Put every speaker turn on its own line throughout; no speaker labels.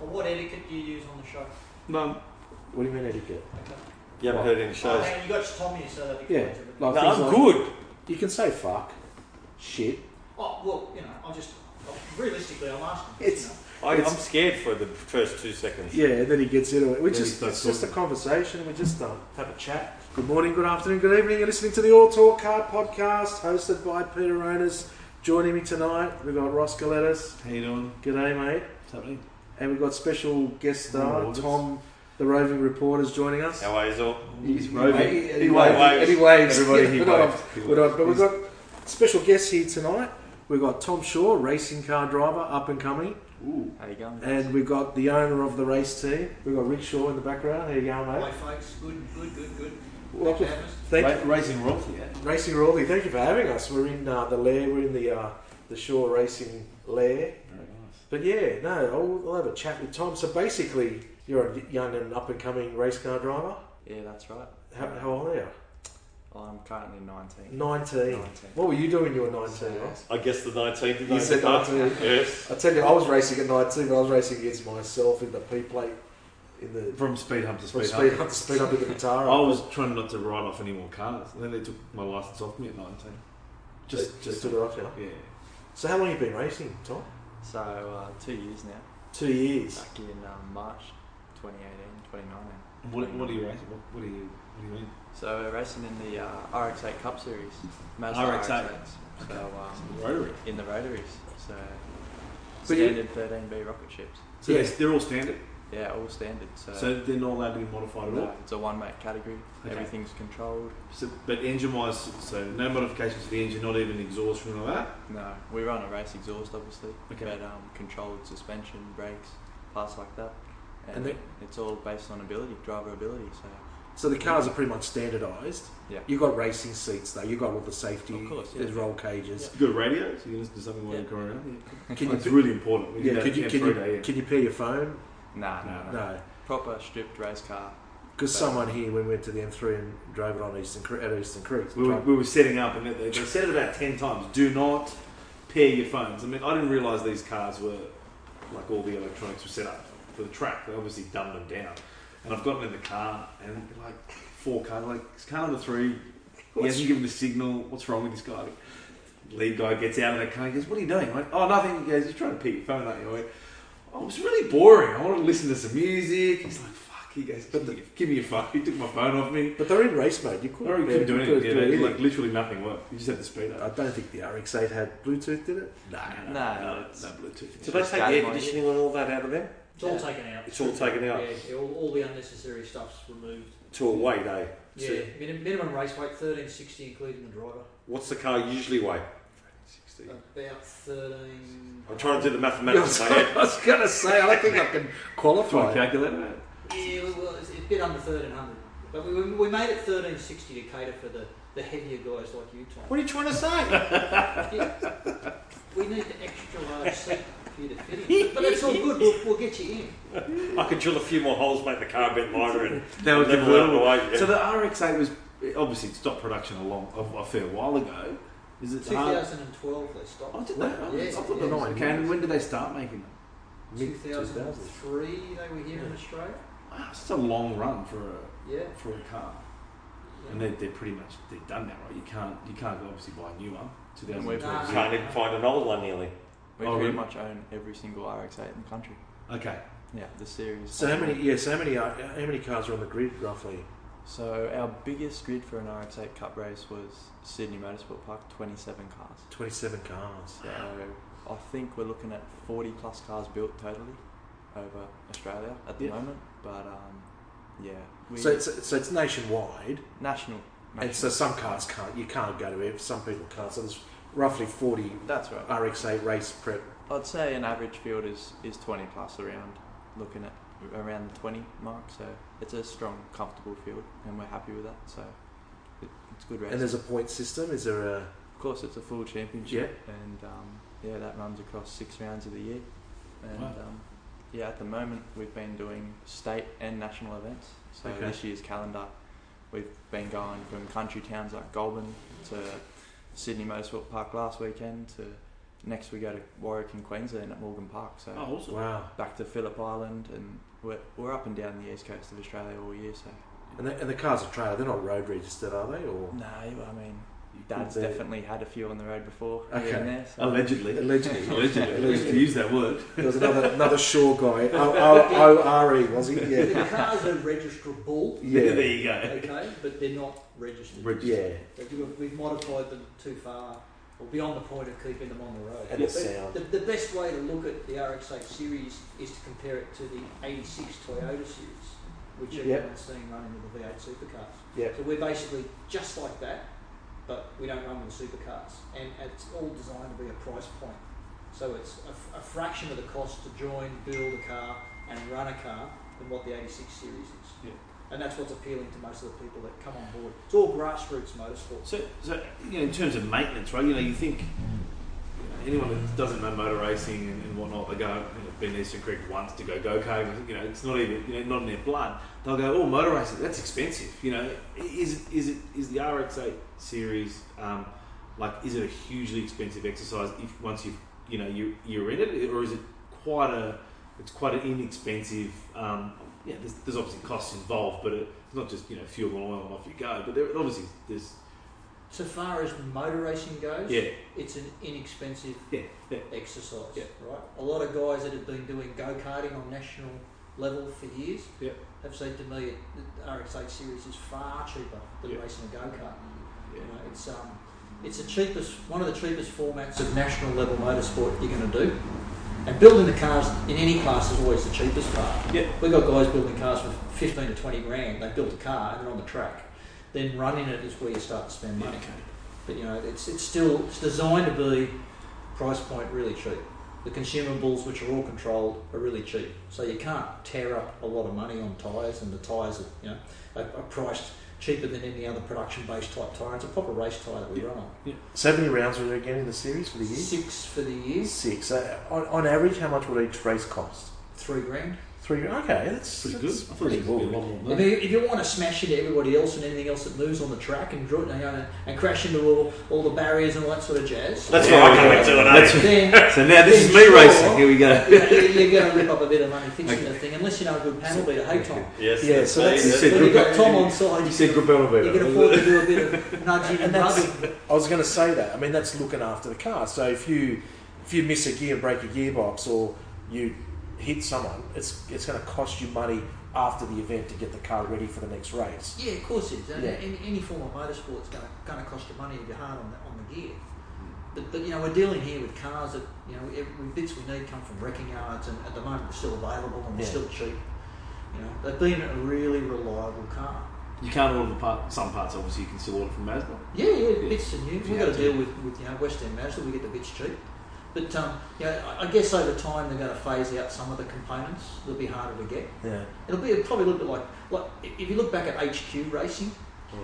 Or what etiquette do you use on the show?
No,
What do you mean etiquette?
Okay.
You haven't heard any shows.
Oh, you got to tell me so that
Yeah,
explains it.
like
No,
things
I'm
like-
good.
You can say fuck, shit.
Oh well, you know, I'll just well, realistically, I'm asking. you
It's-
know.
I, I'm
It's-
scared for the first two seconds.
Yeah, and then he gets into it. We
Then he
just
starts
it's just a conversation. We just um,
have a chat.
Good morning, good afternoon, good evening. You're listening to the All Talk Car podcast, hosted by Peter Owners. Joining me tonight, we've got Ross Galetas.
How you doing?
G'day, mate.
What's happening?
And we've got special guest star
Morning, August.
Tom, the roving reporter, is joining us.
How are you all?
He's
He,
roving.
he waves.
waves.
He waves.
Everybody, he
We're not-
waves. He
we're not- But we've
waves.
got special guests here tonight. We've got Tom Shaw, racing car driver, up and coming.
Ooh.
How you going?
And we've got the owner of the race team. We've got Rick Shaw in the background. How you going, mate?
Hi, folks. Good, good, good, good. Thanks for
Welcome.
having us.
Thank
Ra- raising royalty. Yeah.
Racing Royalty, thank you for having us. We're in uh, the lair, we're in the uh, the Shaw Racing lair.
Very nice.
But yeah, no, I'll, I'll have a chat with Tom. So basically, you're a young and up and coming race car driver.
Yeah, that's right.
How, how old are you?
I'm currently 19.
19. What were you doing when you were 19? Ross?
I guess the 19th of
You said
November.
19th.
Yes.
I tell you, I was racing at 19, but I was racing against myself in the P plate, in the
From speed hump to
from
speed,
speed
hump.
up to speed up with the guitar.
I was trying not to write off any more cars, and then they took my license off me at nineteen. Just,
just
just,
stood it off you.
yeah.
So how long you been racing, Tom?
So, uh, two years now.
Two years.
Back in um, March 2018, 2019.
And What, what are you racing? What, what are you? What do you mean?
So, we're racing in the uh, RX8 Cup Series. Mazda
RX8.
RX8s. So, um,
Rotary.
in the rotaries. So,
But you-
standard 13B rocket ships.
So
Yeah.
they're, they're all standard.
Yeah, all standard. So,
So they're not allowed to be modified at all.
no, it's a one mate category.
Okay.
Everything's controlled.
So, but engine wise, so no modifications to the engine, not even exhaust or anything like that.
No, we run a race exhaust, obviously.
Okay.
But um, controlled suspension, brakes, parts like that. And,
And the-
it's all based on ability, driver ability. So,
So the cars are pretty much standardised.
Yeah.
You've got racing seats though. You've got all the safety.
Of course, yeah.
There's roll cages.
You got a radio, so you can listen to something while
Yeah.
you're going around.
Can you?
it's really important. We did
yeah.
that
Can you?
at
Can you?
Camp Friday, yeah. Uh-huh.
Can you pair your phone?
Nah, no,
No.
no.
No.
Proper stripped race car.
Because someone here, when we went to the M3 and drove it on Eastern Cre- at Eastern Creek,
We were, we were setting up, and they, they said it about ten times. Do not pair your phones. I mean, I didn't realise these cars were like all the electronics were set up for the track. They obviously dumbed them down. And I've gotten in the car, and like four cars, like it's car number three. He hasn't given the signal. What's wrong with this guy? Lead guy gets out of the car. He goes, "What are you doing?" I went, "Oh, nothing." He goes, "You're trying to pick your phone, aren't you?" I went, "Oh, it was really boring. I wanted to listen to some music." He's like, "Fuck." He goes, "Give me- "Give me your phone." He took my phone off me.
but they're in race mode. You couldn't.
Or you
yeah,
couldn't do
couldn't
anything. Yeah,
do
they- like
anything.
literally nothing worked. You just had the speed
I
up.
don't think the RX-8 had Bluetooth, did it?
No,
no,
no,
it's-
no Bluetooth.
Did they take the air conditioning and all that out of them?
It's all
Yeah.
taken out.
It's all taken out.
Yeah, all, all the unnecessary stuff's removed.
To a weight, eh?
Yeah,
So-
minim- minimum race weight thirteen sixty, including the driver.
What's the car usually weigh?
About thirteen.
I'm trying to do the mathematics in my head.
I was going to say, I don't think I can
Do I
qualify.
calculate that?
Yeah, well, it's, it's a bit under thirteen hundred, but we, we made it thirteen sixty to cater for the, the heavier guys like you, Tom.
What are you trying to say?
We need the extra large seat for you to fit in, but that's all good. We'll, we'll get you in.
I could drill a few more holes, make the car a bit lighter, and
That
level out
was
the
convertible.
way. yeah.
So the RX-8 was obviously it stopped production a long, a, a fair while ago. Is it?
Two
hard-
thousand and twelve, they stopped.
Oh, did they? Oh,
Yeah,
I thought
yeah.
the nine. Okay, and when did they start making them?
Mid- 2000s.
2003 they were here in
Yeah.
Australia.
Wow, it's a long run for a
Yeah.
for a car, and
yeah.
they're, they're pretty much they're done now, right? You can't you can't obviously buy a new one.
And we've-
2012.
Can't even find an old one nearly.
We
Oh,
pretty
really?
much own every single RX8 in the country.
Okay,
Yeah, the series.
So how many? Yeah, so how many? Are, how many cars are on the grid roughly?
So our biggest grid for an RX8 Cup race was Sydney Motorsport Park, 27 cars.
Twenty-seven cars.
So I think we're looking at 40 plus cars built totally over Australia at the
Yeah.
moment. But um, yeah, we
So it's, so it's nationwide,
national.
and
national.
so some cars can't. You can't go to it. Some people can't. So there's roughly forty
That's right.
RX8 race prep.
I'd say an average field is, is 20 plus around, looking at around the 20 mark. So it's a strong, comfortable field, and we're happy with that. So it, it's good racing.
And there's a point system. Is there a?
of course, it's a full championship, and um, yeah, that runs across six rounds of the year. And
Wow.
um, yeah, at the moment we've been doing state and national events. So
Okay.
this year's calendar, we've been going from country towns like Goulburn to Sydney Motorsport Park last weekend to next we go to Warwick in Queensland at Morgan Park. So
Oh, awesome.
Wow.
back to Phillip Island, and we're, we're up and down the east coast of Australia all year. So
And the, and the cars are trailer. They're not road registered, are they? Or
no, I mean, Dad's
They-
definitely had a few on the road before
Okay.
here and there. So.
Allegedly.
Allegedly.
Allegedly. We used to use that word.
There was another another Shaw guy. O- O-
E,
O-R-E, was he? Yeah.
The cars are registrable,
there
Yeah.
you go.
okay, but they're not registered.
Registered.
yeah.
They've- We've modified them too far, or beyond the point of keeping them on the road.
And the
But
sound.
The, the best way to look at the RX-8 series is to compare it to the 86 Toyota series, which
Yep.
everyone's seen running with the V8 supercars.
Yep.
So we're basically just like that, but we don't run with supercars. And it's all designed to be a price point. So it's a, f- a fraction of the cost to join, build a car, and run a car than what the 86 series is.
Yeah.
And that's what's appealing to most of the people that come on board. It's all grassroots motorsports.
So, so you know, in terms of maintenance, right? You know, you think you know, anyone that doesn't know motor racing and, and whatnot, they go, you know, been Eastern Creek once to go go karting. You know, it's not even you know not in their blood. They'll go, oh, motor racing, that's expensive. You know, is it is it is the RX8 series um, like is it a hugely expensive exercise if once you've you know you you're in it, or is it quite a it's quite an inexpensive. Um, yeah, there's, there's obviously costs involved, but it, it's not just you know fuel and oil and off you go. But there obviously there's
So far as motor racing goes,
yeah,
it's an inexpensive
yeah, yeah.
exercise,
Yeah.
right? A lot of guys that have been doing go karting on national level for years
Yeah.
have said to me that the RX8 series is far cheaper than
Yeah.
racing a go kart. You know, it's um, it's the cheapest, one of the cheapest formats of national level motorsport you're going to do. And building the cars in any class is always the cheapest part.
Yeah.
We've got guys building cars for 15 to 20 grand. They built a car and they're on the track. Then running it is where you start to spend money. But you know, it's it's still it's designed to be price point really cheap. The consumables, which are all controlled, are really cheap. So you can't tear up a lot of money on tyres, and the tyres are you know are, are priced cheaper than any other production-based type tyre. It's a proper race tyre that we
Yeah.
run on.
So how many rounds were there again in the series for the year?
Six for the year,
Six. Uh, on, on average, how much would each race cost?
three grand.
Three. Okay, that's
Pretty good. I
that's
thought
Pretty
it was gonna be a
good.
lot more
I
than that.
mean, if you want to smash into everybody else and anything else that moves on the track and draw, you know, and crash into all, all the barriers and all that sort of jazz,
That's
Yeah,
what I
we
come
go.
into an
That's-
age.
then
So now this is me
Sure.
racing. Here we go.
you know, you're, going to rip up a bit of money fixing
Okay.
the thing, unless you know a good panel beater. Hey, Tom.
Yes,
Yeah, so
that's
that's-
You said
When
group-
you've got Tom on side,
you
you
said
can,
group elevator.
you can afford to do a bit of nudging and
And that's-
rubbing.
I was going to say that. I mean, that's looking after the car. So if you if you miss a gear and break a gearbox, or you hit someone, it's it's going to cost you money after the event to get the car ready for the next race.
Yeah, of course it is. And
Yeah.
Any, any form of motorsport's going to, going to cost you money if you're hard on the, on the gear. But, but you know we're dealing here with cars that you know every bits we need come from wrecking yards and at the moment they're still available and they're
Yeah.
still cheap. You know they've been a really reliable car.
You can't order the part. Some parts, obviously, you can still order from Mazda.
Yeah, yeah, bits and news. We've
Yeah.
got to deal with, with you know West End Mazda. We get the bits cheap, but um, you know I, I guess over time they're going to phase out some of the components. They'll be harder to get.
Yeah.
It'll be probably a little bit like like if- if you look back at HQ racing.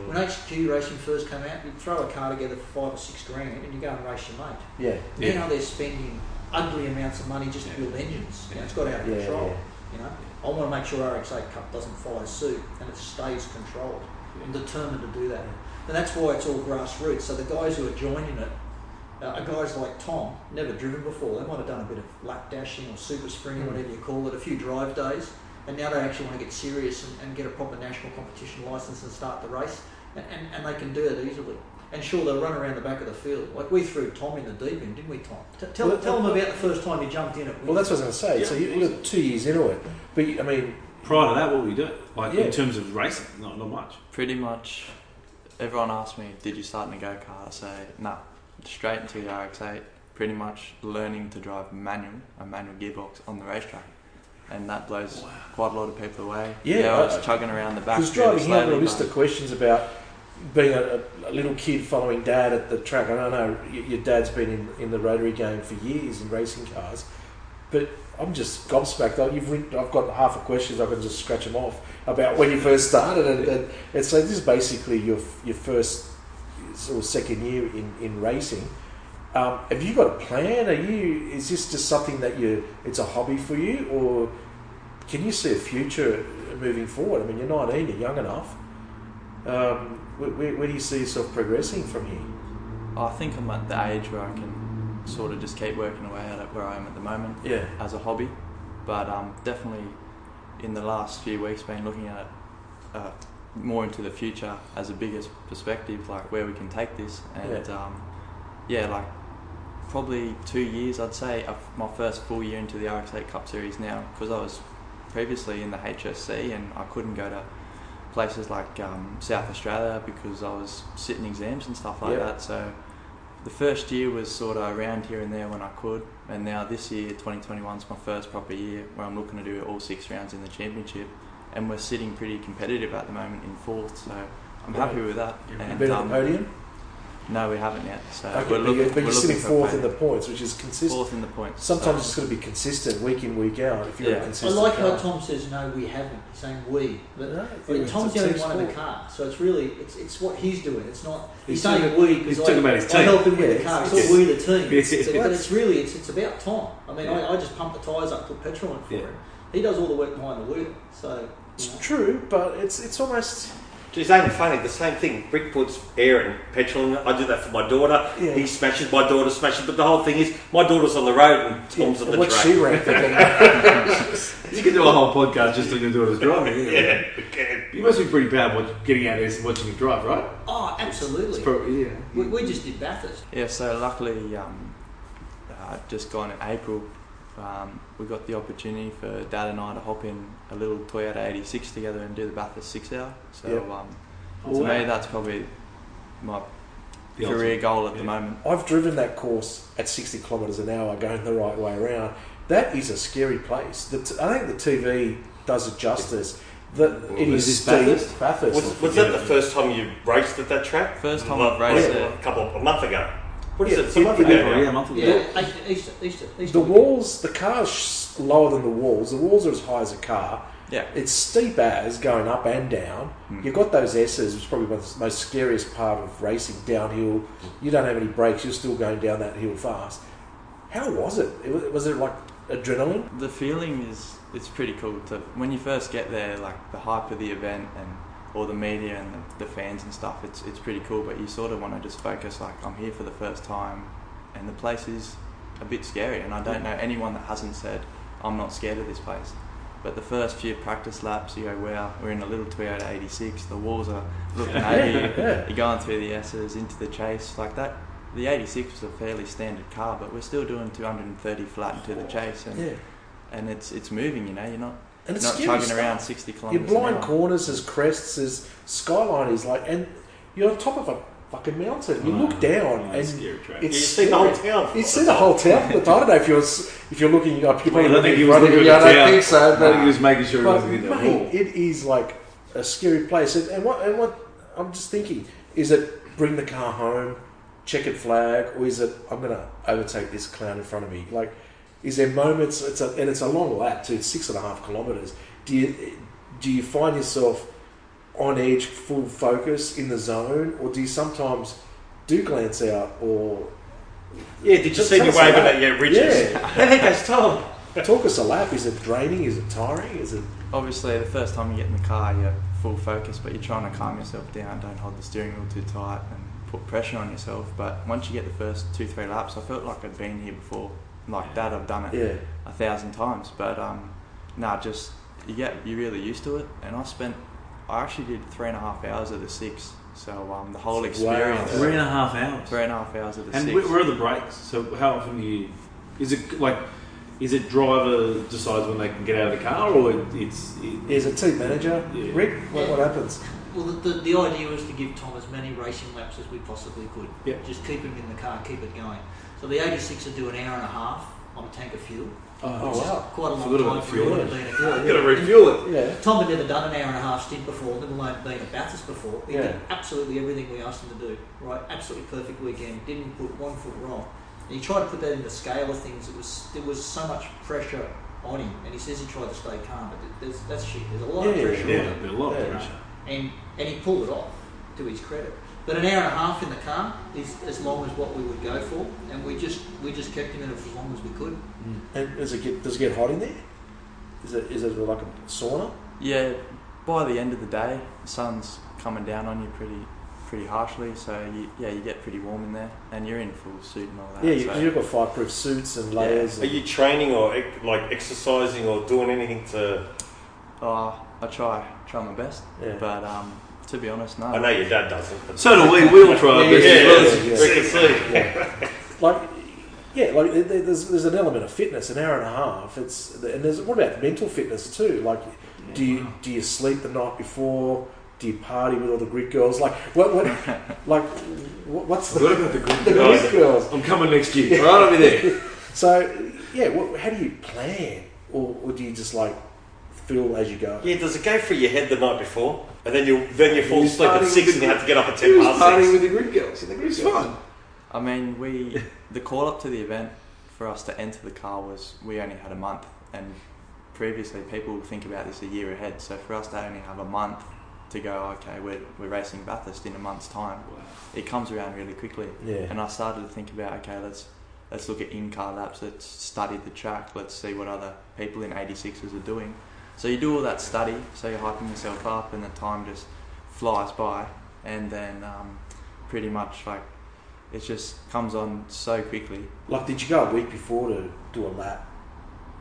When HQ racing first came out, you'd throw a car together for five or six grand and you go and race your mate.
Yeah.
Yeah.
Now they're spending ugly amounts of money just to build engines. You know, it's got out of
Yeah,
control. You know, I want to make sure RX8 Cup doesn't follow suit and it stays controlled. I'm determined to do that, and that's why it's all grassroots. So the guys who are joining it uh, are guys like Tom, never driven before. They might have done a bit of lap dashing or super spring or
Hmm.
whatever you call it, a few drive days, and now they actually want to get serious and, and get a proper national competition license and start the race, and, and, and they can do that easily. And sure, they'll run around the back of the field. Like we threw Tom in the deep end, didn't we, Tom? T- tell,
Well,
tell them about the first time he jumped in at
Well, that's what I was going to say. so you, you're two years into it, but you, I mean,
Prior to that, what were you doing? Like
Yeah.
in terms of racing, not not much.
Pretty much, everyone asked me, "Did you start in a go kart?" I say, "Nah, straight into the RX8." Pretty much learning to drive manual, a manual gearbox on the racetrack, and that blows quite a lot of people away.
Yeah,
I was
uh,
I-
chugging around the back.
because
really
driving here, I've got a
slowly,
list
but-
of questions about being a, a, a little kid following dad at the track. I don't know, y- your dad's been in, in the rotary game for years in racing cars, but I'm just gobsmacked. I- You've, written- I've got half a questions, I can just scratch them off about when you first started. And, and, and so this is basically your, f- your first sort of second year in, in racing. Um, have you got a plan? Are you? Is this just something that you? It's a hobby for you, or can you see a future moving forward? I mean, you're 19, you're young enough. Um, where, where, where do you see yourself progressing from here?
I think I'm at the age where I can sort of just keep working away at it where I am at the moment
Yeah.
as a hobby. But um, definitely in the last few weeks, been looking at it uh, more into the future as a biggest perspective, like where we can take this. And yeah, um, yeah like probably two years, I'd say, of my first full year into the RX8 Cup Series now, because I was previously in the HSC and I couldn't go to places like um, South Australia because I was sitting exams and stuff like
Yeah.
that. So the first year was sort of around here and there when I could, and now this year, 2021, is my first proper year where I'm looking to do all six rounds in the championship, and we're sitting pretty competitive at the moment in fourth, so I'm
Right.
happy with that.
You've
And,
been on
um,
the podium?
no, we haven't yet. So
Okay,
we're
but
looking,
you're, but
we're
you're
looking
sitting
for
fourth in
podium.
the points, which is consistent.
fourth in the points.
Sometimes
so-
it's got to be consistent week in, week out if you're
Yeah.
a
I
I
consistent
like how
car.
Tom says no, we haven't. He's saying we, but
No,
but
it's a
Tom's the only
team
one in the
sport.
car, so it's really it's it's what he's doing. It's not he's,
He's talking-
saying we because
he's
I,
talking about his
I
team.
help him
Yeah,
with the car.
it's-
It's not we the team.
Yes,
It's-
yes.
but it's really it's it's about Tom. I mean, I, I just pump the tyres up, put petrol in for
Yeah.
him. He does all the work behind the wheel. So you
It's
know.
true, but it's it's almost
It's only funny, the same thing. Rick puts air and petrol in it. I do that for my daughter.
Yeah.
He smashes, my daughter smashes. But the whole thing is, my daughter's on the road and Tom's on the
what
track.
she ranked. again.
You could do a whole podcast just on your daughter's driving. Yeah.
yeah, okay.
You must be pretty bad what, getting out of this and watching you drive, right?
oh, absolutely.
It's probably, yeah.
we, we just did Bathurst.
Yeah, so luckily, um, uh, just gone in April, um, we got the opportunity for Dad and I to hop in a little Toyota 86 together and do the Bathurst six hour. So
Yep.
um,
Oh,
to
wow.
me, that's probably my
The
career goal at the
yeah.
moment.
I've driven that course at 60 kilometres an hour going the right way around. That is a scary place. The t- I think the TV does it justice. The, it
Was
is
this
steep.
Bathurst?
Bathurst.
Was, was that the first time you raced at that track?
First time
Well,
I've raced
yeah,
there.
A couple of, a month ago. What is
Yeah,
it? It's a
it-
month
it-
ago.
Yeah,
now.
a month ago.
Yeah, Easter, Easter, Easter.
the walls, the car's sh- lower than the walls. The walls are as high as a car.
Yeah.
It's steep as going up and down. You've got those S's, which is probably one of the most scariest part of racing downhill. You don't have any brakes, you're still going down that hill fast. How was it? it was, was it like adrenaline?
The feeling is it's pretty cool to when you first get there, like the hype of the event and all the media and the, the fans and stuff. It's it's pretty cool, but you sort of want to just focus like I'm here for the first time, and the place is a bit scary. And I don't know anyone that hasn't said I'm not scared of this place. But the first few practice laps, you go, wow, we're in a little Toyota 86. The walls are looking at you.
yeah.
You're going through the S's into the chase like that. The 86 was a fairly standard car, but we're still doing 230 flat into the chase, and
Yeah.
and it's it's moving. You know, you're not
And it's
not
scary
chugging
stuff.
around sixty kilometers.
Your blind
an hour.
corners, there's crests, there's skyline is like, and you're on top of a fucking mountain. You look down
Oh,
and
that's scary track.
You
it's
see the whole
scary.
town.
You see the whole town, but I don't know if you're s- if you're looking up. People
I don't think he was
running,
looking
yeah,
at
I
the
don't
town.
think so.
I
But,
think he was making sure he
but
wasn't in that
mate,
wall.
it is like a scary place. And, and what and what I'm just thinking is it bring the car home, checkered flag, or is it I'm gonna overtake this clown in front of me? Like, is there moments? It's a, and it's a long lap too. It's six and a half kilometers. Do you do you find yourself on edge, full focus in the zone, or do you sometimes do glance out or
Yeah, did you
Just
see
tell
me
us
waving
about
at your ridges?
Yeah.
And there goes Tom.
Talk us a lap. Is it draining? Is it tiring? Is it?
Obviously, the first time you get in the car, you're full focus, but you're trying to calm yourself down. Don't hold the steering wheel too tight and put pressure on yourself. But once you get the first two three laps, I felt like I'd been here before. Like that, I've done it
Yeah.
a thousand times. But um, nah, just you get you really used to it. And I spent, I actually did three and a half hours of the six. So um, the whole
Wow.
experience,
Three and a half hours.
three and a half hours of the
And
six.
where, where are the brakes? So how often do you? Is it like? Is it driver decides when they can get out of the car, or it, it's? It,
Is it team manager?
Yeah.
Rick, what, what happens?
Well, the, the, the idea was to give Tom as many racing laps as we possibly could.
Yeah.
Just keep him in the car, keep it going. So the 86 would do an hour and a half on a tank of fuel.
Oh wow.
Quite a
Forgot
long
about
time
the
for you
fuel.
to be in a car.
Got to refuel it.
Yeah.
Tom had never done an hour and a half stint before, let alone been at Bathurst before. He
Yeah.
did absolutely everything we asked him to do, right? Absolutely perfect weekend. Didn't put one foot wrong. And he tried to put that in the scale of things. It was there was so much pressure on him, and he says he tried to stay calm, but there's, that's shit. There's a lot of
Yeah,
pressure
yeah,
on him
there'd be a lot of
Yeah.
pressure.
and and he pulled it off to his credit. But an hour and a half in the car is as long as what we would go for, and we just we just kept him in it for as long as we could.
And does it get does it get hot in there? Is it is it like a sauna?
Yeah, by the end of the day, the sun's coming down on you pretty pretty harshly, so you, yeah, you get pretty warm in there, and you're in full suit and all that.
Yeah, you,
so-
'cause you've got fireproof suits and
Ah, Yeah.
layers.
Are
and-
you training or ec- like exercising or doing anything to?
Oh, I try, try my best,
yeah.
but um, to be honest, no.
I know your dad doesn't. But
So do we. We'll try.
Um, Yeah,
but
yeah,
as well as
yeah,
you
yeah.
can see.
like yeah like there- there- there's, there's an element of fitness an hour and a half it's and there's what about mental fitness too like do you do you sleep the night before do you party with all the grid girls like what what like what, what's the,
What about the good
the
guys?
grid girls
I'm coming next year. All right, I'll be there.
so yeah what, how do you plan or, or do you just like feel as you go
Yeah, does it go through your head the night before, and then you then you fall
Who's
asleep at
partying
six,
with
and you
the-
have to get up at
He
ten
was
past
partying
six?
with the grid girls. You think it was fun?
I mean, we the call up to the event for us to enter the car was we only had a month, and previously people would think about this a year ahead. So for us to only have a month to go, okay, we're we're racing Bathurst in a month's time. It comes around really quickly,
yeah
and I started to think about okay, let's let's look at in car laps, let's study the track, let's see what other people in 86s are doing. So you do all that study, so you're hyping yourself up, and the time just flies by, and then um, pretty much like it just comes on so quickly.
like did you go a week before to do a lap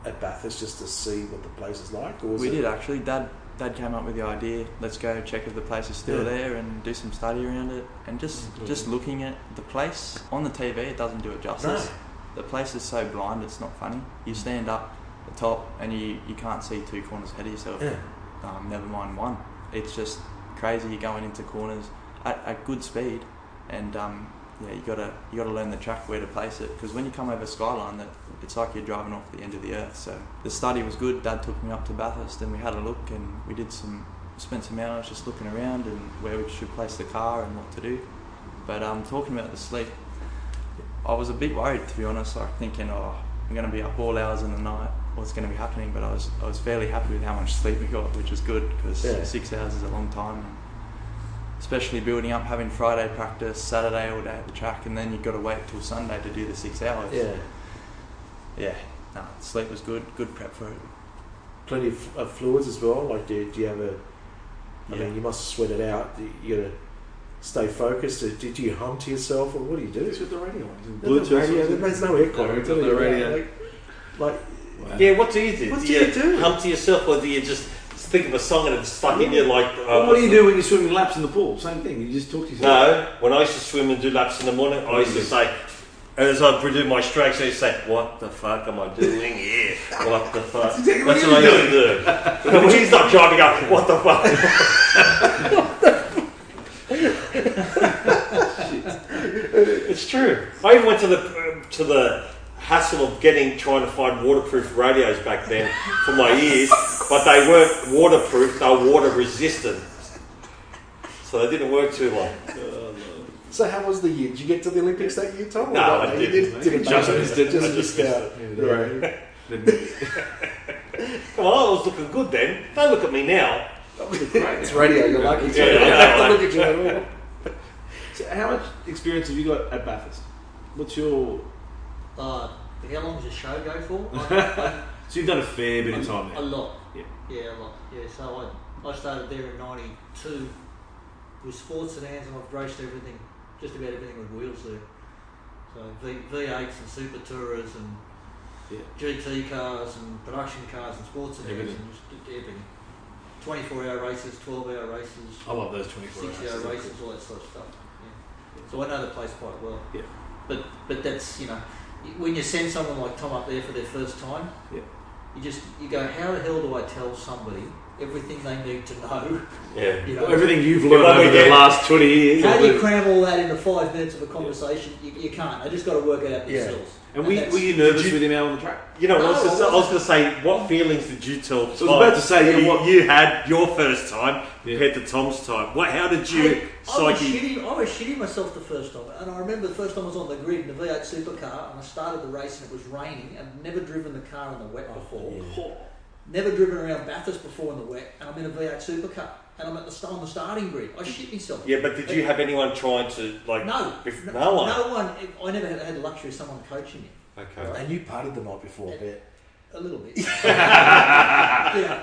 at Bathurst just to see what the place is like or was
we
it
did actually. Dad Dad came up with the idea. Let's go check if the place is still
Yeah. Mm-hmm.
there and do some study around it. And just just looking at the place on the TV, it doesn't do it justice. The place is so blind, it's not funny. You stand up the top and you, you can't see two corners ahead of yourself.
yeah
Um, never mind one. It's just crazy. You're going into corners at, at good speed, and um, yeah, you gotta you gotta learn the track where to place it because when you come over Skyline, that it's like you're driving off the end of the earth. So the study was good. Dad took me up to Bathurst and we had a look and we did some spent some hours just looking around and where we should place the car and what to do. But um, talking about the sleep, I was a bit worried to be honest. Like thinking, oh, I'm going to be up all hours in the night. What's going to be happening? But I was I was fairly happy with how much sleep we got, which is good because
Yeah.
six hours is a long time. Especially building up, having Friday practice, Saturday all day at the track, and then you've got to wait till Sunday to do the six hours.
yeah
Yeah. Nah, sleep was good. Good prep for it.
plenty of, f- of fluids as well. Like, do, do you have a? I
Yeah.
mean, you must sweat it out. Do You, you gotta stay focused. Do, do you hum to yourself, or what do you do?
It's with the radio on.
There's no
Bluetooth.
radio, There's no aircon.
No,
is
it's
there?
on the radio.
Like, like,
Wow.
Yeah, what do you do?
What do you do?
Hum to yourself, or do you just think of a song and it's stuck in you like?
Well,
uh,
what do you do when you're swimming laps in the pool? Same thing. You just talk to yourself.
No, when I used to swim and do laps in the morning, I used to say, as I would do my strokes, I used to say, "What the fuck am I doing here? What the fuck?
exactly
That's
what
what I
you
used to do." When he's not driving up. What the fuck? it's true. I even went to the to the hassle of getting trying to find waterproof radios back then for my ears, but they weren't waterproof. They were water resistant, so they didn't work too long.
so how was the year? Did you get to the Olympics that year, Tom? or
No,
not?
I
You
didn't,
mate.
didn't
Just
make
missed
it.
it.
Just
I just
missed out.
missed
Yeah.
It's
Come on, I was looking good then. Don't look at me now.
It's radio. You're lucky. It's
Yeah,
radio.
yeah,
I have to
like-
look at you at all.
So how much experience have you got at Bathurst? What's your...
Uh, how long does the show go for?
So you've done a fair bit of time
A
there.
lot.
Yeah.
Yeah, a lot. Yeah, so I, I started there in 92 with sports sedans and I've raced everything, just about everything with wheels there. So v, V8s and Super Tourers and
Yeah.
GT cars and production cars and sports sedans
Everything.
and just did everything. 24 hour races, 12 hour races,
I love those 24 hours.
60 hour races, all that sort of stuff. Yeah. So I know the place quite well.
Yeah.
But, but that's, you know, when you send someone like Tom up there for their first time,
Yeah.
you just you go, how the hell do I tell somebody everything they need to know?
Yeah.
You know,
Everything you've
Yeah,
learned
but we
over the
get-
last 20 years.
how do you
I've
cram all that into five minutes of a conversation? You, you can't. They just got to work it out
Yeah.
themselves.
And we,
that's-
were you nervous
Did you-
with him out on the track?
You know, I, was
No,
just,
I
I was
wasn't.
going to say, what feelings did you tell Tom? I
was about to say, yeah,
you,
what-
you had your first time
Yeah.
compared to Tom's time. What? How did you
Hey, I was,
psyche?
shitting, I was shitting myself the first time, and I remember the first time I was on the grid in the V8 supercar, and I started the race, and it was raining. I'd never driven the car in the
Oh,
wet before, never driven around Bathurst before in the wet, and I'm in a V8 supercar, and I'm at the st- on the starting grid. I shit myself.
Yeah, but did you have anyone trying to like?
No,
bef-
no,
no, one.
no one. I never had, had the luxury of someone coaching me.
Okay.
And you partied the night before. Yeah.
A little bit. yeah.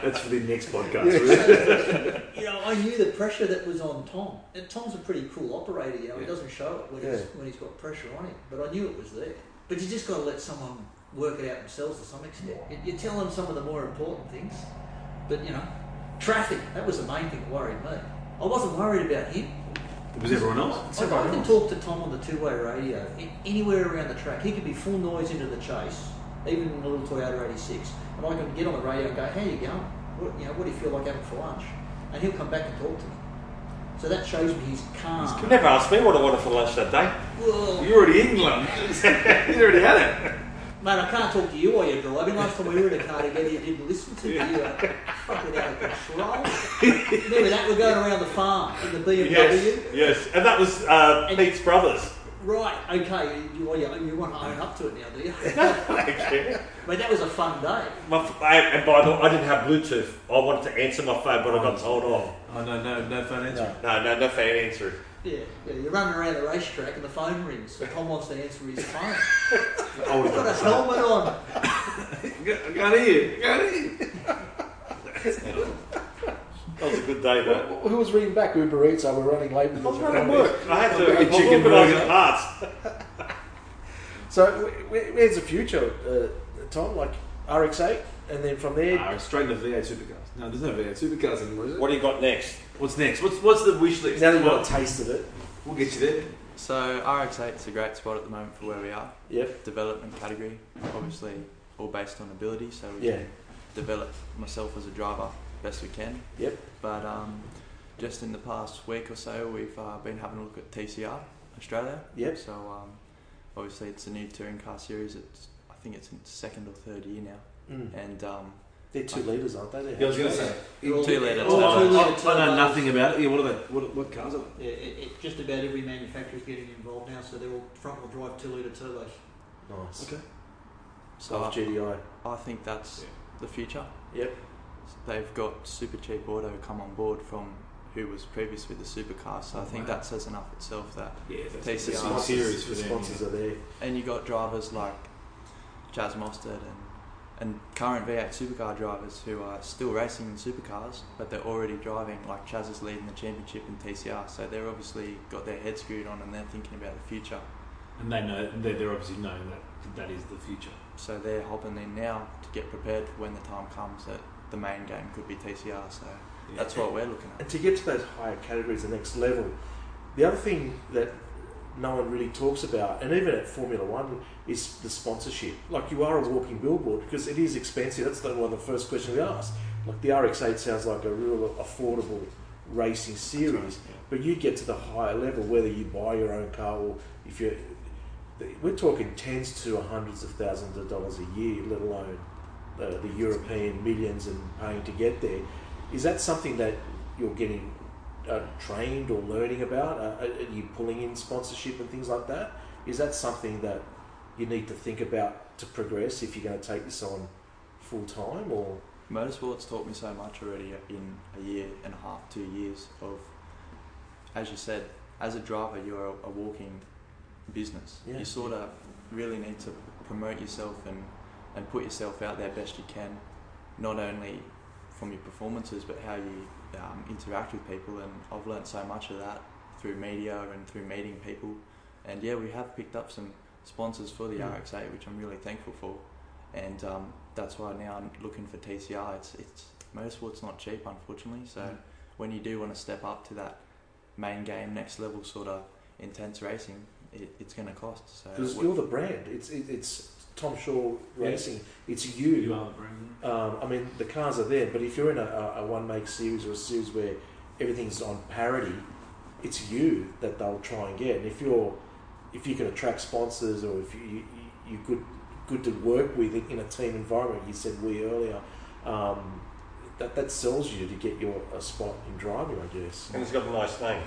That's for the next podcast.
So, you know, I knew the pressure that was on Tom. And Tom's a pretty cool operator, you know. He
Yeah.
doesn't show it when, he's, when he's got pressure on him, but I knew it was there. But you just got to let someone work it out themselves to some extent. You, you tell them some of the more important things, but you know, traffic. That was the main thing that worried me. I wasn't worried about him.
It was everyone else.
I, I can talk to Tom on the two-way radio a- anywhere around the track. He could be full noise into the chase, even in a little Toyota 86, and I can get on the radio and go, "How you going? What, you know, what do you feel like having for lunch?" And he'll come back and talk to me. So that shows me he's calm.
You never asked me what I wanted for lunch that day.
Well,
You're already in England. you already had it.
mate, I can't talk to you while you're driving. Last time we were in a car together, you didn't listen to me. You were fucking out of control. Remember that? We're going around the farm in the BMW.
Yes, yes, and that was uh,
And-
Pete's brothers.
Right, okay. You, well, you, you want to own up to it now, do you?
Okay.
but that was a fun day.
My f- I, and by the way, I didn't have Bluetooth. I wanted to answer my phone, but I got told off.
Oh no, no, no phone answer.
No, no, no fan answering.
Yeah, yeah, you're running around the racetrack and the phone rings. And Tom wants to answer his phone.
I would
He's got a helmet on.
I got here. I got here.
That was a good day, though.
Who was ringing back? Uber Eats. I were running late. with
I
Oh,
was
the-
running work. I had to
Big chicken
organise
burger.
the parts.
So wh- wh- where's the future, uh, Tom? Like RX8, and then from there,
Ah, straight into V8 supercars. No, there's no V8 supercars anymore, is it?
What do you got next?
What's next? What's what's the wish list?
now that you've
Well,
got a taste of it.
we'll get you there.
So RX8 is a great spot at the moment for where we are.
Yep.
Development category, obviously, all based on ability. So we
Yeah.
can develop myself as a driver best we can.
Yep.
But um, just in the past week or so, we've uh, been having a look at TCR Australia.
Yep.
So um, obviously, it's a new touring car series. It's I think it's in its second or third year now,
Mm.
and um,
They're two leaders, aren't they?
Yeah, I was going to say.
You're all-
Two litre
all
turbos.
two litre
Oh, I, I know
turbos.
nothing about it. Yeah, what are they? What, what cars are
Yeah, it, it, just about every manufacturer's getting involved now, so they're all front wheel drive two litre turbos.
Nice.
Okay.
So off GDI.
I think that's
Yeah.
the future.
Yep.
They've got super cheap auto come on board from who was previously the supercar, so I think
Wow.
that says enough itself. That
they? Yeah, that's
They
the
say
The
Yeah,
small series for
the
them.
sponsors
yeah.
are there.
and you got drivers like Jazz Mostert and and current V8 supercar drivers who are still racing in supercars, but they're already driving. Like Chaz is leading the championship in TCR, so they're obviously got their head screwed on and they're thinking about the future.
And they know they're, they're obviously knowing that that is the future.
So they're hopping in now to get prepared for when the time comes that the main game could be TCR. So
Yeah.
that's what we're looking at.
And to get to those higher categories, the next level, the other thing that no one really talks about, and even at Formula One, is the sponsorship. Like you are a walking billboard because it is expensive. That's the, one of the first questions we asked. Like the RX-8 sounds like a real affordable racing series, but you get to the higher level, whether you buy your own car or if you, we're talking tens to hundreds of thousands of dollars a year, let alone uh, the European millions and paying to get there. Is that something that you're getting uh, trained or learning about? Uh, are are you pulling in sponsorship and things like that? Is that something that you need to think about to progress if you're going to take this on full time? Or
Motorsports taught me so much already in a year and a half, two years of, as you said, as a driver, you're a, a walking business.
Yeah.
You sort of really need to promote yourself and, and put yourself out there best you can, not only from your performances, but how you um, interact with people. And I've learnt so much of that through media and through meeting people. And yeah, we have picked up some sponsors for the
Mm.
RX8, which I'm really thankful for. And um, that's why now I'm looking for TCR. It's, it's motorsport's not cheap, unfortunately. So
Mm.
when you do want to step up to that main game, next level sort of intense racing, it, it's going to cost. So
because
what-
you're the brand, it's it, it's Tom Shaw
Uh, Yeah.
Racing, it's
You are the brand.
Um, I mean, the cars are there, but if you're in a, a, a one make series or a series where everything's on parity, it's you that they'll try and get. And if you're if you can attract sponsors or if you, you you're good good to work with in in a team environment, you said we earlier, um, that that sells you to get your a spot in driving, I guess.
And he's got a nice name.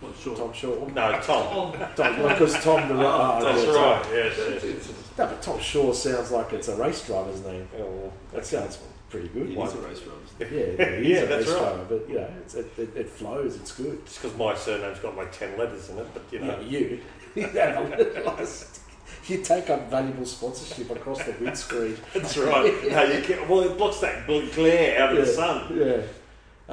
Well, sure.
Tom Shaw,
No, Tom.
Oh,
Tom, because Tom the oh,
That's
yeah, Tom.
right. Yes, yes, yes.
No, but Tom Shaw sounds like it's a race driver's name.
Yeah, well,
That sounds pretty
It
good.
is
Like-
a race driver.
Yeah, it is
Yeah,
a
that's
race
right.
car, but you know, it's, it, it, it flows. It's good.
Just because my surname's got like 10 letters in it, but you know.
you, you, have- you take up valuable sponsorship across the windscreen.
That's right. No, you can't. Well, it blocks that bl- glare out of the sun.
Yeah,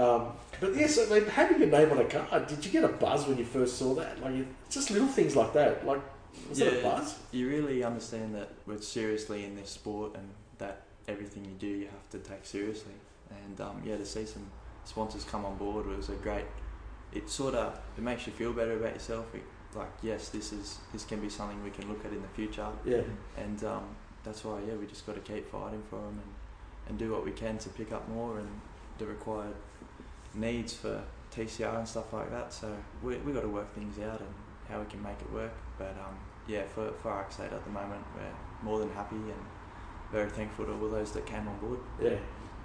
Um, but yes, I mean, having your name on a card, did you get a buzz when you first saw that? Like, you- just little things like that. Like, was it a
Yeah.
buzz?
You really understand that we're seriously in this sport and that everything you do you have to take seriously. And um, yeah, to see some sponsors come on board was a great. It sort of it makes you feel better about yourself. It, like yes, this is this can be something we can look at in the future.
Yeah.
And um, that's why yeah, we just got to keep fighting for them and, and do what we can to pick up more and the required needs for TCR and stuff like that. So we we got to work things out and how we can make it work. But um, yeah, for for Arcsate at the moment, we're more than happy and very thankful to all those that came on board.
Yeah.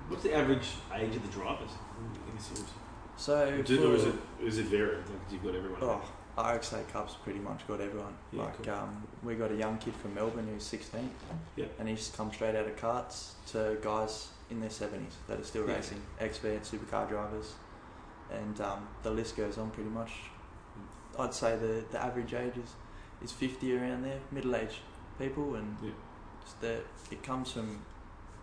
What's the average age of the drivers in this series?
So
Do, or is
for-
it is it varied? Like, you've got everyone.
Oh, RX8 Cup's pretty much got everyone.
Yeah,
like, um, we got a young kid from Melbourne who's 16,
Yeah.
and he's come straight out of carts to guys in their 70s that are still
Yeah.
racing, expert supercar drivers, and um, the list goes on pretty much. I'd say the, the average age is, is 50 around there, middle aged people, and
Yeah.
it's the, it comes from,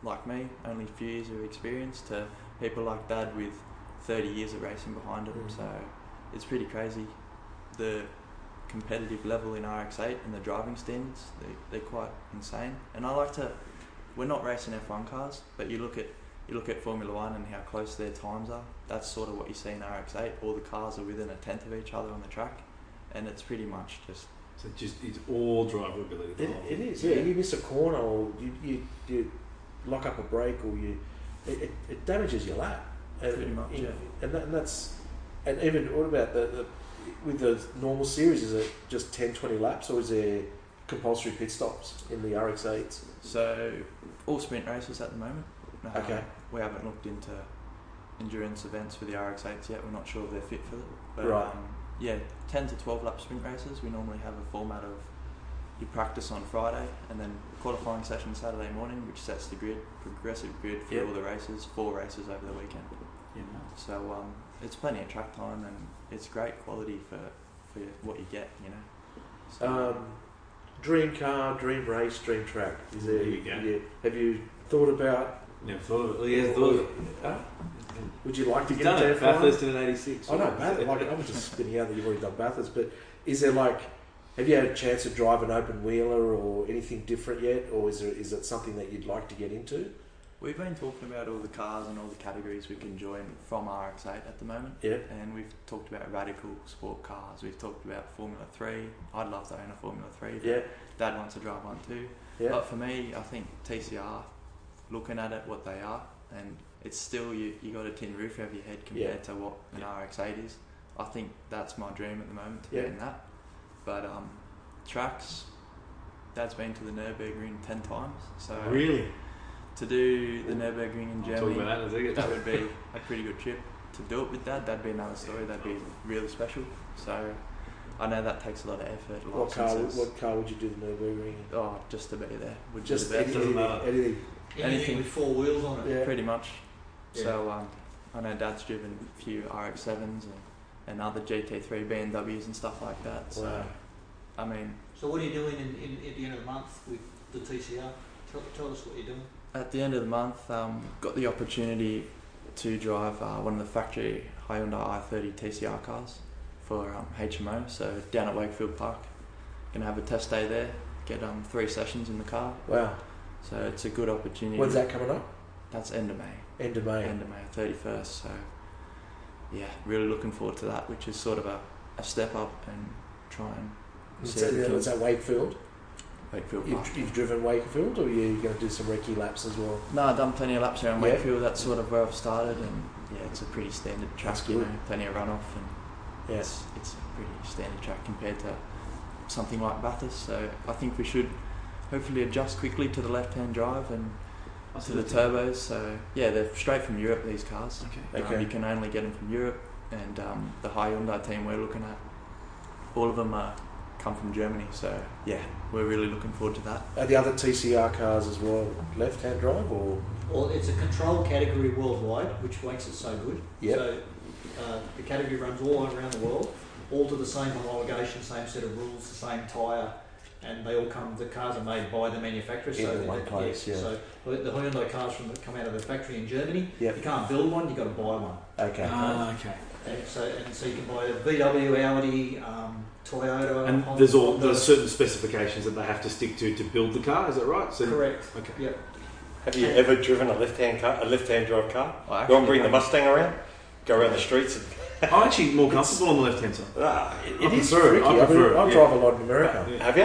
like me, only a few years of experience to people like Dad with 30 years of racing behind them,
Mm.
so it's pretty crazy. The competitive level in RX8 and the driving standards, they, they're quite insane. And I like to, we're not racing F1 cars, but you look at you look at Formula One and how close their times are. That's sort of what you see in RX8. All the cars are within a tenth of each other on the track, and it's pretty much just
So it's just it's all driver ability. the
It,
whole-
it is. Yeah. You miss a corner, or you, you, you lock up a break, or you it, it, it damages your lap. And,
Pretty much,
and-
yeah.
And, that, and that's and even what about the, the with the normal series? Is it just 10, 20 laps, or is there compulsory pit stops in the RX eights?
so all sprint races at the moment. Uh,
Okay.
we haven't looked into endurance events for the RX8s yet. We're not sure if they're fit for it. But
Right.
um, yeah, 10 to 12 lap sprint races. We normally have a format of you practice on Friday and then qualifying session Saturday morning, which sets the grid, progressive grid for
Yep.
all the races, four races over the weekend.
Yeah, no.
So um, it's plenty of track time and it's great quality for, for what you get, you know. So,
Um, dream car, dream race, dream track. Is there?
There you go.
yeah. Have you thought about?
Never thought of it. He has thought of it.
Huh? Would you like to
He's
get
done
into
it.
F1?
Bathurst in an '86.
I know Bath. Like I'm just spinning out that you've already done Bathurst, but is there like, have you had a chance to drive an open wheeler or anything different yet, or is there is it something that you'd like to get into?
We've been talking about all the cars and all the categories we can join from RX8 at the moment.
Yeah,
and we've talked about radical sport cars. We've talked about Formula Three. I'd love to own a Formula Three. but
yeah,
Dad wants to drive one too.
yeah.
But for me, I think TCR, looking at it, what they are, and it's still you. You got a tin roof over your head compared to what an RX8 is. I think that's my dream at the moment to
Yeah.
be in that. But um, tracks. Dad's been to the Nürburgring ten times, so
Really?
to do the Nürburgring in
We'll talk
Germany,
about that in a second.
that would be a pretty good trip to do it with that. That'd be another story. That'd be really special. So I know that takes a lot of effort. a lot
What
of
car? Would,
senses.
what car would you do the Nurburgring? in?
Oh, just to be there would be
Just
the best.
doesn't
anything,
matter.
anything.
Anything
Anything.
with four wheels on it.
Yeah.
pretty much. So um, I know Dad's driven a few RX sevens and, and other GT3 BMWs and stuff like that. So
Wow.
I mean,
So what are you doing in, in, at the end of the month with the TCR? Tell, tell us what you're doing.
at the end of the month, um, got the opportunity to drive uh, one of the factory Hyundai i30 TCR cars for um, HMO. So down at Wakefield Park, gonna have a test day there. Get um, three sessions in the car,
Wow.
so it's a good opportunity.
When's that Oh, coming up?
That's end of May.
End of May.
End of May, thirty first. So yeah, really looking forward to that, which is sort of a, a step up and try and
Is
see
that,
if we can-
is that Wakefield?
Wakefield Park.
You've, you've driven Wakefield, or you're going to do some recce laps as well?
No, I've done plenty of laps around
Yeah.
Wakefield. That's sort of where I've started, and yeah, it's a pretty standard track.
That's
You
good.
know, plenty of runoff, and
Yes.
it's, it's a pretty standard track compared to something like Bathurst. So I think we should hopefully adjust quickly to the left-hand drive and to the turbos. So yeah, they're straight from Europe. These cars,
Okay.
Um,
Okay.
you can only get them from Europe, and um, the Hyundai team we're looking at, all of them are come from Germany. So yeah, we're really looking forward to that.
Are the other TCR cars as well left-hand drive or?
Well, it's a control category worldwide, which makes it so good.
Yep.
So uh, the category runs all around the world, all to the same homologation, same set of rules, the same tyre, and they all come. The cars are made by the manufacturer.
In
so
the
they-
one place, yeah.
So the the Hyundai cars from the, come out of the factory in Germany.
Yep.
You can't build one. You have got to buy one.
Okay.
Ah,
okay.
And so and so you can buy a VW, Audi, um, Toyota.
And
Honda,
there's all
Honda.
there's certain specifications that they have to stick to to build the car. Is that right? So,
correct.
Okay.
Yep.
Have you ever driven a left-hand car, a left-hand drive car?
I
You
actually
want to bring the
haven't.
Mustang around? Go around the streets and
I'm actually more comfortable on the left hand side.
ah, it-
I
it is.
prefer it.
Ricky, I,
I prefer it.
I
yeah.
drive a lot in America.
Yeah.
Have you?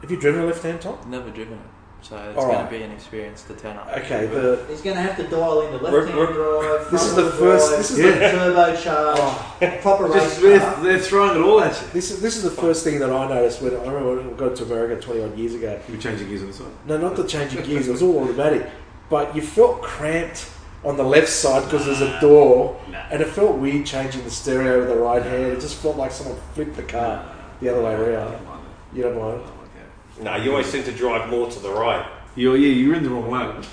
Have you driven a left-hand top?
Never driven it, so it's
All
going
right.
to be an experience to turn up.
Okay. The
He's going to have to dial in the
We're-
left-hand
we're-
drive.
this is
front-wheel
the first-
drive,
this is
the-
turbocharged, proper race
Just, they're,
car.
they're throwing it all at you.
this is this is the first thing that I noticed when I remember when I got to America twenty odd years ago.
You're changing gears on this one.
No, not the change of gears. It was all automatic, but you felt cramped on the left side because there's a door, and it felt weird changing the stereo with the right hand. It just felt like someone flipped the car the other way around. You don't mind?
No, you always seem to drive more to the right.
You're, yeah, you're in the wrong lane.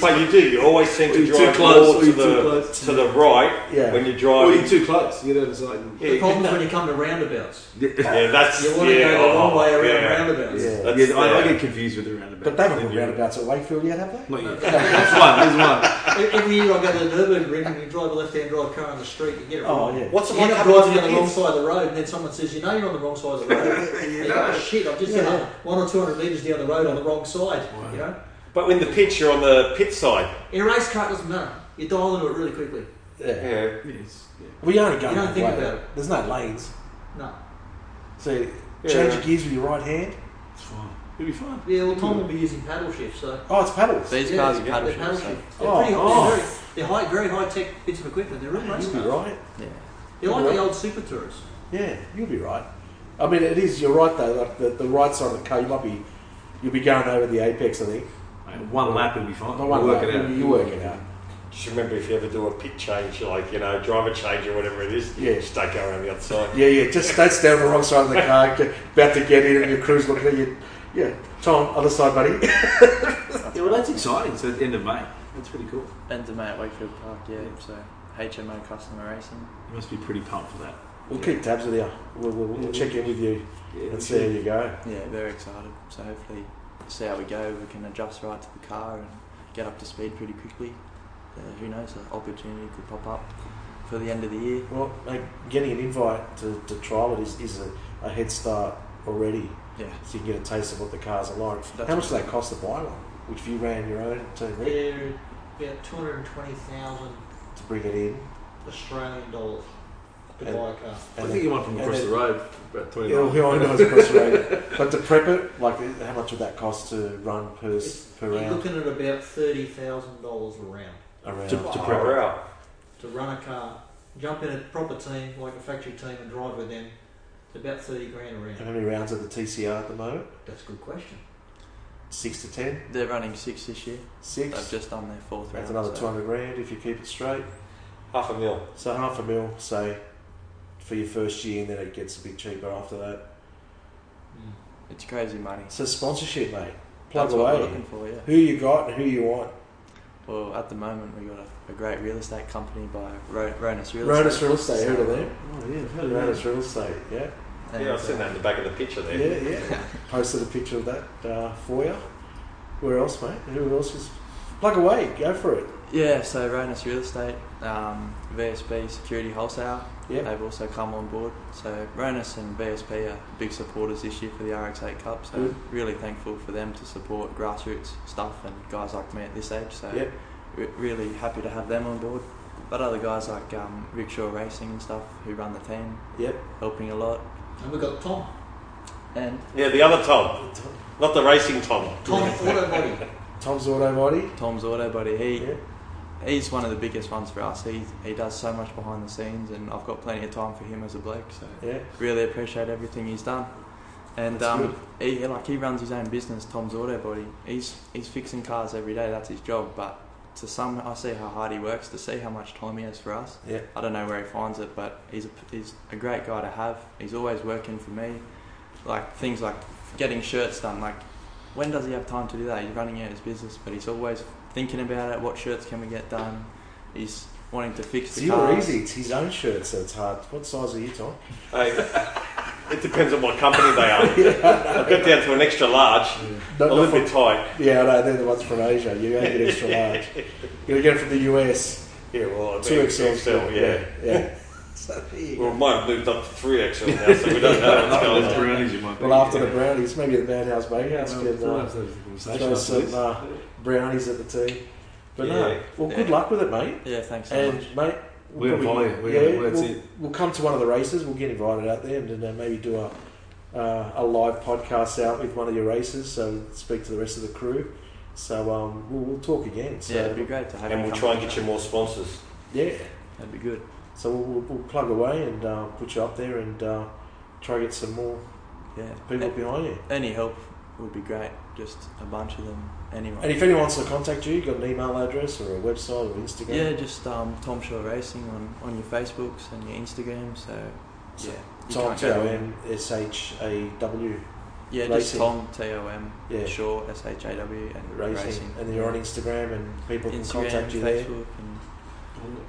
But you do. You always seem to
You're too
drive
close,
more
or
to
you're too
the
close.
to the right
Yeah.
when you're
Or
driving.
you're too close. You know, it's like.
Yeah,
The
you-
problem is when you come to roundabouts.
Yeah,
yeah, that's
You want to
yeah,
go the long
oh,
way around
yeah.
roundabouts.
Yeah.
That's,
yeah, I, I
yeah.
get confused with the roundabout.
But they haven't
And
got
you're-
roundabouts at Wakefield yet, have they?
Not yet. There's one. There's one.
E-, Every year I go to Nurburgring and you drive a left-hand drive car on the street, you get it
Oh,
wrong.
yeah.
What's it
You
like
end up
having to
driving on
do
the wrong
kids?
side of the road, and then someone says, "You know, you're on the wrong side of the road." And you go, "Oh, shit! I've just
Yeah.
gone one or two hundred meters down the road on the wrong side." You know,
But in the pitch, you're on the pit side.
in a race car, it doesn't matter. You dial into it really quickly.
Yeah.
Yeah,
Yes. Yeah.
We aren't going
You don't
that
think
way.
about it.
There's no lanes.
No.
So you
Yeah.
change your gears with your right hand.
It's fine. It'll be fine.
Yeah, well, Tom will be using paddle shifts, so.
Oh, it's paddles.
These
Yeah,
cars are
they're
paddle
paddle
shifters, so,
shift. They're
Oh,
pretty-
oh.
They're, very, they're high, very high-tech bits of equipment. They're real race
You'll be
cars.
right.
yeah.
They're like the old Super Tourists.
Yeah, you'll be right. I mean, it is. You're right though. Like the, the right side of the car, you might be. You'll be going over the apex. I think.
Mate, One lap it'll be fine.
Not
We'll
one
work
lap,
it out.
You work it out.
just remember if you ever do a pit change, like you know, driver change or whatever it is,
Yeah.
just don't go around the other side.
Yeah, yeah. Just that's down the wrong side of the car. Get, about to get in, and your crew's looking at you. Yeah, Tom, other side, buddy.
Yeah, well, that's exciting. So it's end of May. That's pretty cool.
And to at Wakefield Park, yeah. So HMO Customer Racing.
You must be pretty pumped for that.
We'll keep tabs with you. We'll, we'll, we'll check in with you
Yeah,
and see how you go.
Yeah, very excited. So hopefully, see how we go. We can adjust right to the car and get up to speed pretty quickly. Uh, who knows? An opportunity could pop up for the end of the year.
Well, like getting an invite to, to trial it is, is a, a head start already,
Yeah,
so you can get a taste of what the cars are like.
That's
how much do they cost to buy one? Which if you ran your own to, to
They're about two hundred and twenty thousand
bring it in,
Australian dollars to
And-
buy a car.
I
and
think you might from
and
across
then-
the road, about 20
Yeah, well, I know it's across the road. But to prep it, like how much would that cost to run per s- per
You're
round?
looking at about thirty thousand dollars a round
Around.
To- to-
Far out.
to run a car, jump in a proper team like a factory team and drive with them. It's about thirty grand a
And
round.
how many rounds at the TCR at the moment?
That's a good question.
Six to ten?
they're running six this year. They've
Six?
just done their fourth round.
That's another
so-
two hundred grand if you keep it straight.
Half a mil.
So half a mil, say, for your first year, and then it gets a bit cheaper after that.
Mm.
It's crazy money.
So sponsorship, mate. Plug
That's what we're
away.
looking for. Yeah.
Who you got and who you want.
Well, at the moment we got a, a great real estate company by Ro- Ronus Real
Ronus
Estate.
Real Estate, heard of them?
Oh, yeah, I've heard of that.
Ronus Real Estate, yeah.
And,
Yeah, I've seen
uh,
that in the back of the picture there.
Yeah, yeah. Posted a picture of that uh, for you. Where else, mate? Who else is. Plug away, go for it.
Yeah, so Ronus Real Estate, um, VSB Security Wholesale,
Yep.
they've also come on board. So Ronus and VSB are big supporters this year for the RX8 Cup. So
Good.
really thankful for them to support grassroots stuff and guys like me at this age. So
Yep.
re- really happy to have them on board. But other guys like um, Rickshaw Racing and stuff who run the team,
Yep.
helping a lot.
And we've got Tom.
And
Yeah, the other Tom, not the racing Tom.
Tom Auto Body.
Tom's Auto Body.
Tom's Auto Buddy, he
Yeah.
he's one of the biggest ones for us. He he does so much behind the scenes, and I've got plenty of time for him as a bloke. So
Yeah.
really appreciate everything he's done. And
That's
um, he like he runs his own business, Tom's Auto Body. He's he's fixing cars every day. That's his job. But to some, I see how hard he works. To see how much time he has for us.
Yeah.
I don't know where he finds it, but he's a, he's a great guy to have. He's always working for me. Like things like getting shirts done. Like when does he have time to do that? He's running out his business, but he's always thinking about it. What shirts can we get done? He's wanting to fix
It's
the
you or
car.
easy. It's his own shirt, so it's hard. What size are you, Tom?
Hey, It depends on what company they are. I've got down to an extra large,
No,
a
not
little
from-
bit tight.
yeah, no, they're the ones from Asia. You only get extra large. You get it from the US.
Yeah, well, I
Two
mean,
XL.
XL, yeah.
yeah. yeah.
So there you
Well,
go.
might have moved up to three XL now, so we don't know what's going
those
on.
brownies you might be.
Well, after the brownies, maybe the Madhouse Bakehouse
Well,
can
we'll
uh,
have those conversations
throw
after
some
this.
uh, brownies at the team. But
Yeah.
no, well, good
Yeah.
luck with it, mate.
Yeah, thanks so much.
And mate,
We're
probably-
volley it. We're
yeah,
gonna- that's
we'll,
it.
we'll come to one of the races. We'll get invited out there and uh, maybe do a uh, a live podcast out with one of your races. So speak to the rest of the crew. So um, we'll, we'll talk again. So
yeah, it'd be great to have
And
you
we'll
come
try and
back.
get you more sponsors.
yeah.
That'd be good.
So we'll, we'll, we'll plug away and uh, put you up there and uh, try and get some more
Yeah.
people
A-
behind you.
any help would be great. Just a bunch of them. Anyone.
And if anyone wants to contact you, you got an email address or a website or Instagram.
yeah, just um, Tom Shaw Racing on, on your Facebooks and your Instagram. So yeah, you
Tom
can't
T
go
O
wrong.
M S H A W
Yeah, just
Racing.
Tom T O M
Yeah.
Shaw S H A W and
racing.
racing.
and you're on Instagram and people can
Instagram,
contact you there.
Facebook, and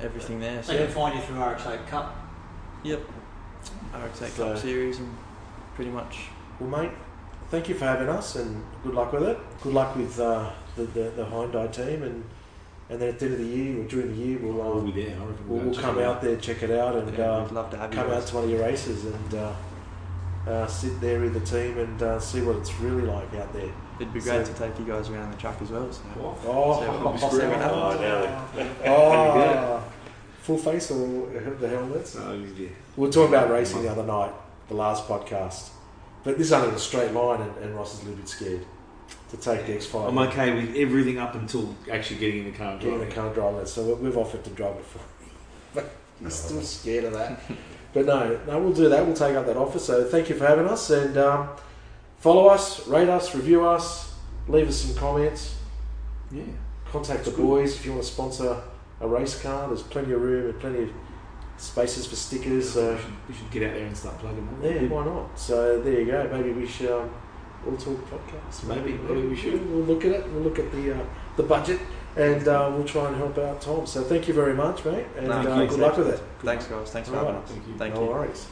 everything there.
They
So
can find you through RX8 Cup.
RX8
So-
Cup Series and pretty much
Well, mate, thank you for having us, and good luck with it. Good luck with uh, the, the the Hyundai team, and and then at the end of the year or during the year, we'll
We'll
um,
be there. I reckon
we'll,
go
we'll
check
come
it
out there, check it out, and
yeah,
uh,
we'd love to have you.
come out
guys.
to one of your races and uh, uh, sit there with the team and uh, see what it's really like out there.
It'd be great
so-
to take you guys around the track as well. So.
Well,
Oh,
So we'll be screwing
Oh, now
oh, full face or the helmets.
so, yeah.
We were talking about racing the other night, the last podcast. But this is only in a straight line, and, and Ross is a little bit scared to take the X5.
I'm okay with everything up until actually getting in the car and
Get in the
driving.
car and drive it. So we- we've offered to drive it for him. But he's still scared of that. but no, no, we'll do that. We'll take up that offer. So thank you for having us. And um, follow us, rate us, review us, leave us some comments,
Yeah.
contact
That's
the
good.
boys if you want to sponsor a race car. There's plenty of room and plenty of spaces for stickers. So.
we, should, uh, we should get out there and start plugging them.
Yeah, why not? So there you go. Maybe we should um, all talk podcast.
Maybe, maybe we should.
We'll look at it. We'll look at the uh, the budget, and uh, we'll try and help out Tom. So thank you very much, mate, and
No,
uh,
thank you.
good luck with it.
Thanks, guys. Thanks for
All
having
right.
us.
Thank you.
Thank
no
you.
worries.